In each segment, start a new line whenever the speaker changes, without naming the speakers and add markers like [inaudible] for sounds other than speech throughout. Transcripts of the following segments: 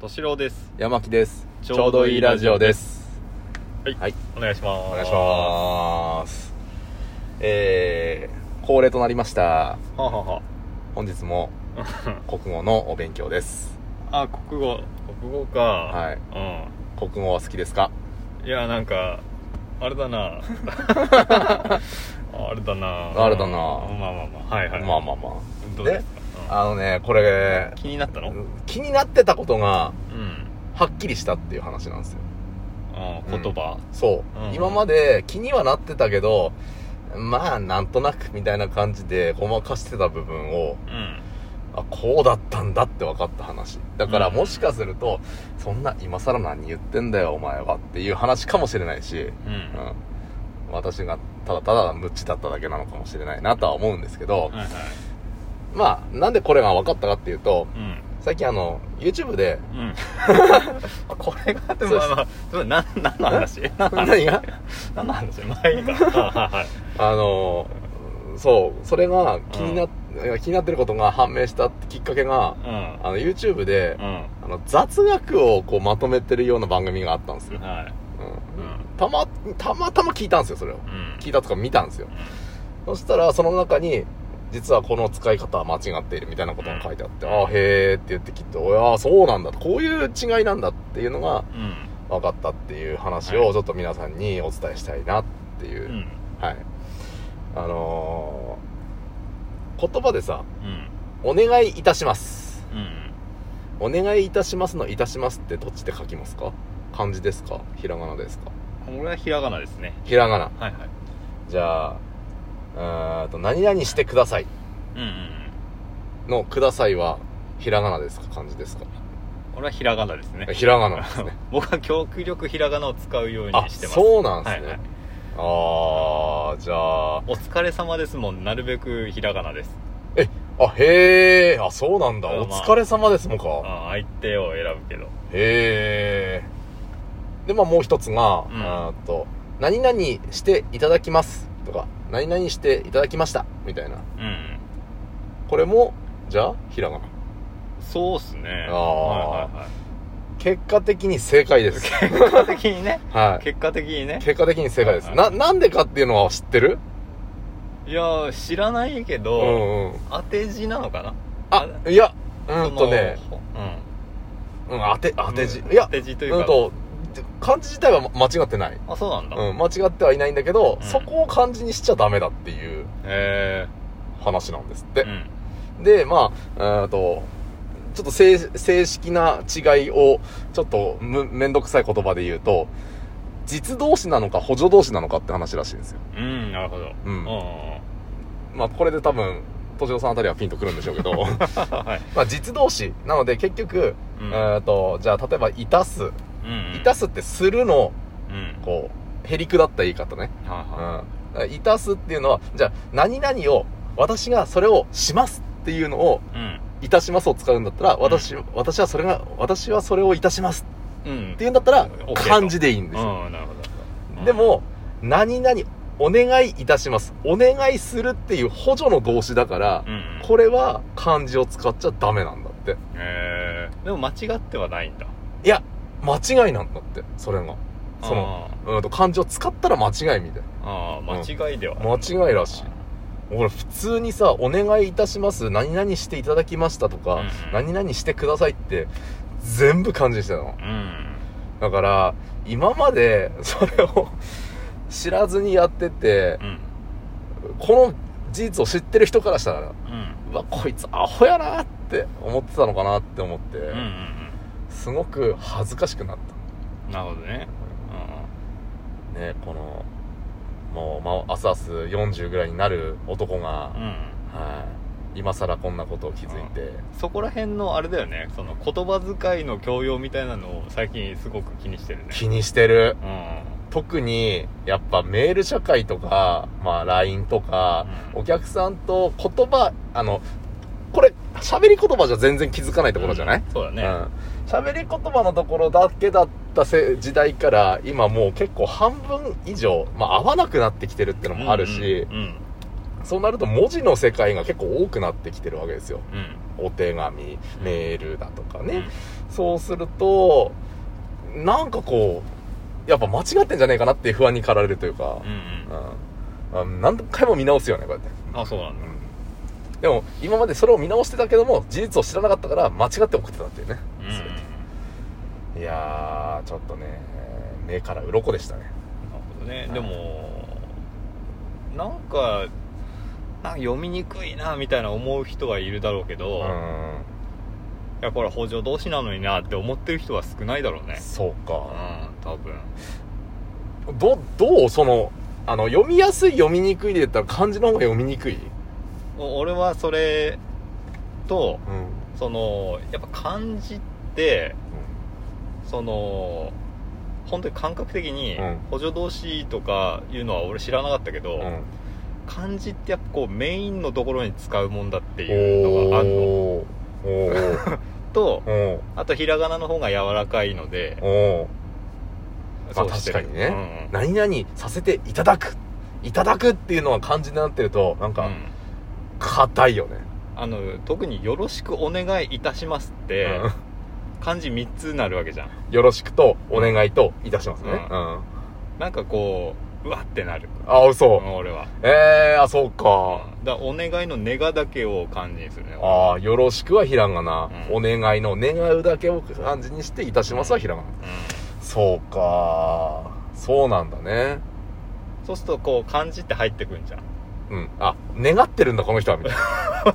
敏郎です
山木です
ちょうどいいラジオですはい、
はい
お願いします
お願いしますえー、恒例となりました
はあは
本
[laughs]
日も
あは
国語のお勉強です
ああ国語国語か
はい国語は好きですか
うんいやなんかあれだ [laughs] なあれだな
あれだな
まあまあまあはいはい
まあまあま
どうですか、うん
ああのねこれ
気になったのうん
気になってたことがはっきりしたっていう話なんですよ
あー言葉、
そう、
うん
今まで気にはなってたけどまあなんとなくみたいな感じでごまかしてた部分を
うん
あこうだったんだって分かった話だから
うん
もしかすると、そんな今更何言ってんだよお前はっていう話かもしれないし、
うん
うん、私がただただ無知だっただけなのかもしれないなとは思うんですけど、
はいはい
まあなんでこれが分かったかっていうと
うん
最近あの YouTube で
うん
これ
[laughs]
が
で
そう
も
で
まあまあ
す
でも [laughs] 何何の話
何が
何の話まあいい [laughs] かはいはい
あのそうそれが気にな,、気になってることが判明したきっかけが
はい
あの YouTube で、
う
あの雑学をこうまとめてるような番組があったんです
んう
よ
ん、はい
うん
う
たまたまたま聞いたんですよそれを
んうん
聞いたとか見たんですよそしたらその中に実はこの使い方は間違っているみたいなことが書いてあって、ああへえって言ってきっとああそうなんだこういう違いなんだっていうのが
うん
分かったっていう話
は
を
い
ちょっと皆さんにお伝えしたいなっていう、
うん
はいあのー言葉でさ
うん
「お願いいたします」
うん
お願いいたしますのいたしますってどっちで書きますか漢字ですかひらがなですか
俺はひらがなですね
ひらがな。
はいはい
じゃあ、うーんと、何々してください
うんうんうん
のくださいはひらがなですか漢字ですか
俺はひらがなですね
ひらがなです
[laughs]
ね。
僕は極力ひらがなを使うよう
あ、
にしてます
そうなんですね。
はいはい
あー、じゃあ、
お疲れ様ですもんなるべくひらがなです
あ、へー、あ、そうなんだ。
まあ
お疲れ様ですもんか。
あ相手を選ぶけど
へー。で、まあもう一つが、う
うん
ーんと、何々していただきますとか、何々していただきましたみたいな。
うん
これも、じゃあ、ひらがな。
そうっすねはい
あー
はいはい
結果的に正解
[laughs]
です。
結果的にね
はい。
結果的にね
結果的に正解です。
はい
な、なんでかっていうのは知ってる
いやー知らないけ
う
ど
んうん。
当て字なのかな
あ、いや、うんとね、
その
うん、当て、
う
当
ん
て字。
うん
いや
当、て字といううんか
と、漢字自体は間違ってない。
あそうなんだ
うん、間違ってはいないんだけど、
うん
そこを漢字にしちゃダメだっていう
へ
話なんですっ
え
て
う。ん
で、まあ、えっと、ちょっと正正式な違いを、ちょっとむめんどくさい言葉で言うと、実動詞なのか補助動詞なのかって話らしいんですよ。
うんなるほど
うん
うんは
まあ、これで多分、敏郎さんあたりはピンとくるんでしょうけど、
い
まあ、実動詞なので結局、
う
え
ん
ーとじゃあ例えば「いたす」「いた
す
す」って「する」の
うん
こうへりくだった言い方ね
は
「
い
うん
は
だから、いたす」っていうのはじゃあ何々を私がそれをしますっていうのを
い
「いたします」を使うんだったら私,、私はそれが私はそれをいたします
うんうん
っていうんだったら
OK と
漢字でいいんですよ、
うんなるほど
でも「何々お願いいたします」「お願いする」っていう補助の動詞だから
う、ん
これは漢字を使っちゃダメなんだって
へえでも間違ってはないんだ
いや、間違いなんだって、それが。その、うんと、漢字を使ったら間違いみたい。
あーあー間違いでは
間違いらしい。俺、普通にさ、お願いいたします、何々していただきましたとか、
うん
何々してくださいって、全部漢字にしてたの。
うん
だから、今まで、それを、知らずにやってて
う、ん
この事実を知ってる人からしたら、
うん
うわ、こいつアホやなって思ってたのかなって思って、
うんうん
すごく恥ずかしくなった。
うんなるほどね
ねこのもう、まあ、明日明日40ぐらいになる男が、
うんうん
はい今更こんなことを気づいて、
そこら辺のあれだよねその言葉遣いの教養みたいなのを最近すごく気にしてるね
気にしてる
うん
特にやっぱメール社会とか、まあ、LINE とか、
うん
お客さんと言葉あのこれ喋り言葉じゃ全然気づかないところじゃない、
うんそうだ
うん
ね
喋り言葉のところだけだったせ時代から今もう結構半分以上、まあ、合わなくなってきてるってのもあるし、
うんうん
そうなると文字の世界が結構多くなってきてるわけですよ。
うん
お手紙、メールだとか
うん
ね。そうすると、なんかこう、やっぱ間違ってんじゃねえかなっていう不安に駆られるというか
うん、うん
うん。あ何回も見直すよね、こうやって。
あそうなんだ
うん。でも、今までそれを見直してたけども、事実を知らなかったから、間違って送ってたっていうね。
うん
全ていやー、ちょっとね、目から鱗でしたね。
なるほどねでもなんかなんか読みにくいなみたいな思う人はいるだろうけ
う
ど、い
ん。
やこれ補助同士なのになって思ってる人は少ないだろうね
そう
うん
か。
多分
ど、どうその、あの、読みやすい、読みにくいで言ったら漢字の方が読みにくい
お俺はそれと
うん。うん
そのやっぱ漢字ってその本当に感覚的に
うん
補助動詞とかいうのは俺知らなかったけど、
うん。
漢字ってやっぱこうメインのところに使うもんだって
お
いうのがあるの
おーおー
と
おー
あとひらがなの方が柔らかいので
おーまあ
して
確
る
かにね、
うんうん
何々させていただくいただくっていうのが漢字になってるとなんか
うん
硬いよね、
あの特に「よろしくお願いいたします」って
う
漢字3つになるわけじゃん
んよろしくとお願いといたしますね、
うん
あ
なんかこううわってなる
あ嘘、
俺は
えー、あそうか、
だからお願いの「願」だけを漢字にするね
ああよろしくはひらがな、
うん
お願いの願うだけを漢字にしていたしますはひらがな、
う
そうかそうなんだね
んそうするとこう漢字って入ってくんじゃん
うんあ願ってるんだこの人は
[laughs]
みたい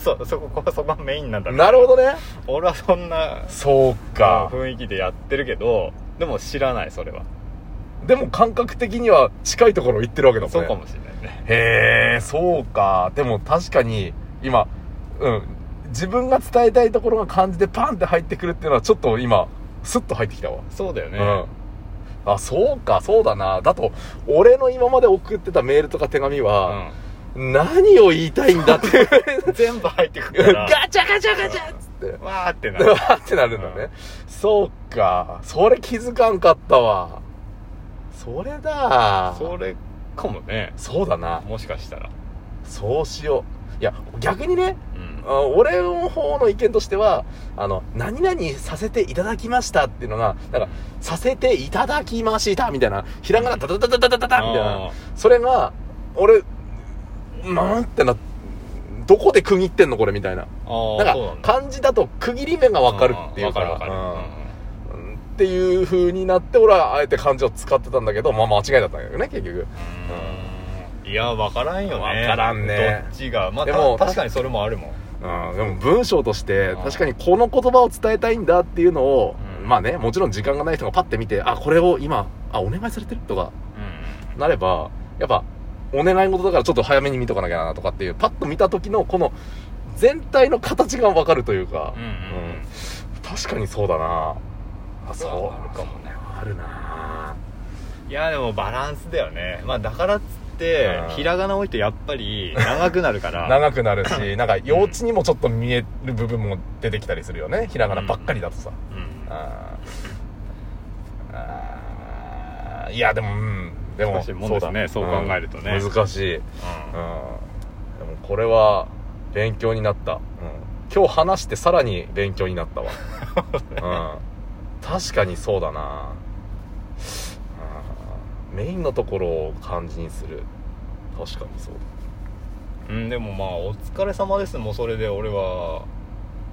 そうそこそこがメインなんだ
ななるほどね
俺はそんな
そうか、
雰囲気でやってるけどでも知らないそれは
でも感覚的には近いところ行ってるわけだもん
そ
ね
うかもしれないね
へえ、そうか。でも確かに、今、うん、自分が伝えたいところが漢字でパンって入ってくるっていうのは、ちょっと今、スッと入ってきたわ。
そうだよね、
うん。あ、そうか、そうだな。だと、俺の今まで送ってたメールとか手紙は、何を言いたいんだ
[laughs]
って、 [laughs]
うん全部入ってくるから
ガチャガチャガチャっつって、
わーってなる
わーってなるんだね。
うん
そうか。それ気づかんかったわ。それだ。
それかもね
そうだな。
もしかしたら
そうしよう。いや、逆にね、
うん
あ俺の方の意見としては、あの、何々させていただきましたっていうのが、なんか、させていただきましたみたいな、ひらがなダダダダダダダダみたいな、
あ
それが、俺、なんてな、どこで区切ってんのこれみたいな。
ーあー
なん
そうな
か
ん、だ
漢字だと区切り目がわかるっていうか
んわかるわかる
ら、うんっていう風になって、俺はあえて漢字を使ってたんだけど、まあ間違いだったんだけどね、結局。
うんいや分からんよね
わからんね
どっちがまあ
でも
た確かにそれもあるもん
うんでも文章として
うん
確かにこの言葉を伝えたいんだっていうのを、
うん
まあねもちろん時間がない人がパッて見てあこれを今あお願いされてるとか
う
なればやっぱお願い事だからちょっと早めに見とかなきゃなとかっていうパッと見た時のこの全体の形がわかるというか、
んうんうんうん
確かにそうだなあそう
そうあるかもね
あるない
やでもバランスだよねまあだからっつって
うん
ひらがな多いとやっぱり長くなるから
[laughs] 長くなる
[laughs]
しなんか幼稚にもちょっと見える部分も出てきたりするよねひらがなばっかりだとさ、
うん
あーあーいやでも、うん、でも
難しいもんですね
だ
そう考えるとね
うん難しい、うん、で
うん
もこれは勉強になった、うん、今日話してさらに勉強になった
[laughs]
わ、うん、確かにそうだなうんメインのところを漢字にする確かにそう
うん、でもまあお疲れ様ですもうそれで俺は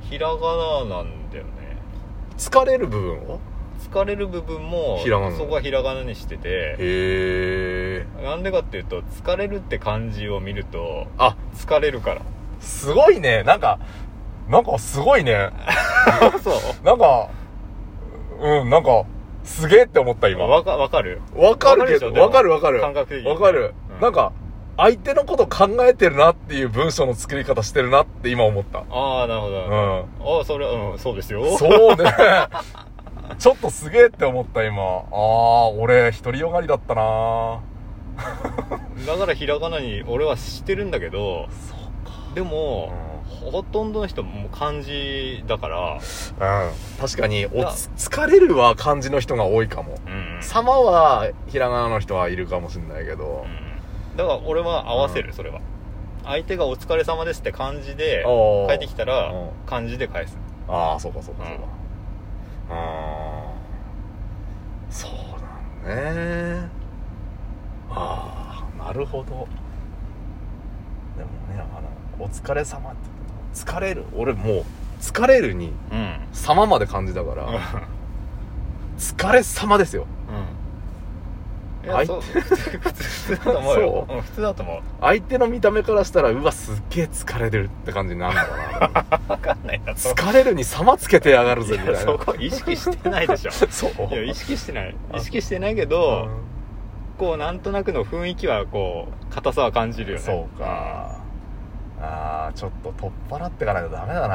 ひらがななんだよね
疲れる部分を
疲れる部分も
ひらがな
そこはひらがなにしてて
へえ
なんでかっていうと疲れるって漢字を見ると
あ
疲れる
[laughs]
から
すごいねなんかなんかすごいね
そう
なんか、うん、なんか、すげえって思った今。
わかわかる
わか
わか
るけ
るでしょ
ど、
でも
わかるわかる。
感覚的に
わかる
う。ん
なんか、相手のこと考えてるなっていう文章の作り方してるなって今思った。
ああなるほど、
うん。
ああそれうんそうですよ
そうね。 [laughs] ちょっとすげえって思った今。ああ、俺、独りよがりだったな
だからひらがなに俺はしてるんだけど
そうか。
でも、ほとんどの人も漢字だから
うん。確かに、おつ、疲れるは感じの人が多いかも。
うん
様は、ひらがなの人はいるかもしれないけど。
だから俺は合わせる、それは相手が「お疲れ様です」って感じで
おー
返ってきたら
うん
漢字で返す
ああそうかそうかそうか、うるほどでもねあの「お疲れ様って言って「疲れる」俺もう「疲れる」に
うん
「様」まで感じだから「疲れ様」ですよ
うんい
は
や
い
そう普通普通だと思うよ
そう
うん普通だと思う
相手の見た目からしたらうわすっげえ疲れてるって感じになるのかな
分かんないなそ
疲れるに様つけてやがる
う
ぜ
い
みたい
や
な
[laughs] そこ意識してないでしょ
[laughs] そう
いや意識してない
あ
意識してないけ
う
ど
ん
こうなんとなくの雰囲気はこう硬さは感じるよね [laughs]
そうかあーちょっと取っ払ってかないとダメだ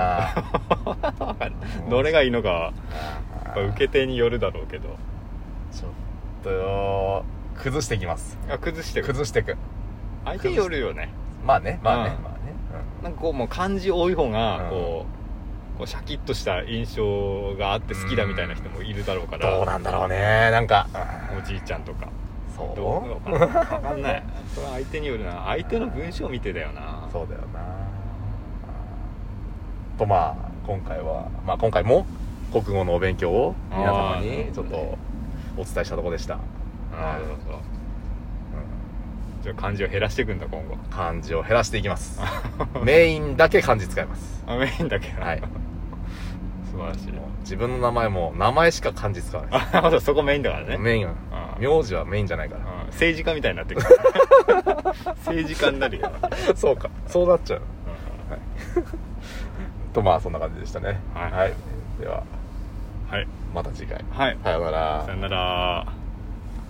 [laughs]
な
うんどれがいいのかはや
あ
っぱ
ー
受け手によるだろうけど
ちょっとよ崩していきます
あ崩してく
崩していく
相手によるよね
まあねまあね、
うん
まあね、
なんかこうもう漢字多い方
う
が
ん
こう,、こうシャキッとした印象があって好きだみたいな人もいるだろうか
うん
ら
どうなんだろうねなんか
おじいちゃんとか
そう
どうかな分かんないそれは相手によるな相手の文章を見てだよな
そうだよなとまあ今回はまあ今回も国語のお勉強を皆様にちょっとお伝えしたとこでした、
あーそうそうじゃあ漢字を減らしていくんだ今後
うん漢字を減らしていきます
[laughs]
メインだけ漢字使います
あ [laughs] メインだけな
はい
素晴らしい
もう自分の名前も名前しか漢字使わない
あまだそこメインだからね
メインは
あー
名字はメインじゃないから
うん政治家みたいになって [laughs] くる政治家になるよ、
[laughs] そうかそうなっちゃう
う
とまあそんな感じでしたね
はい
では
んはい
また次回
はい
さようなら
さよなら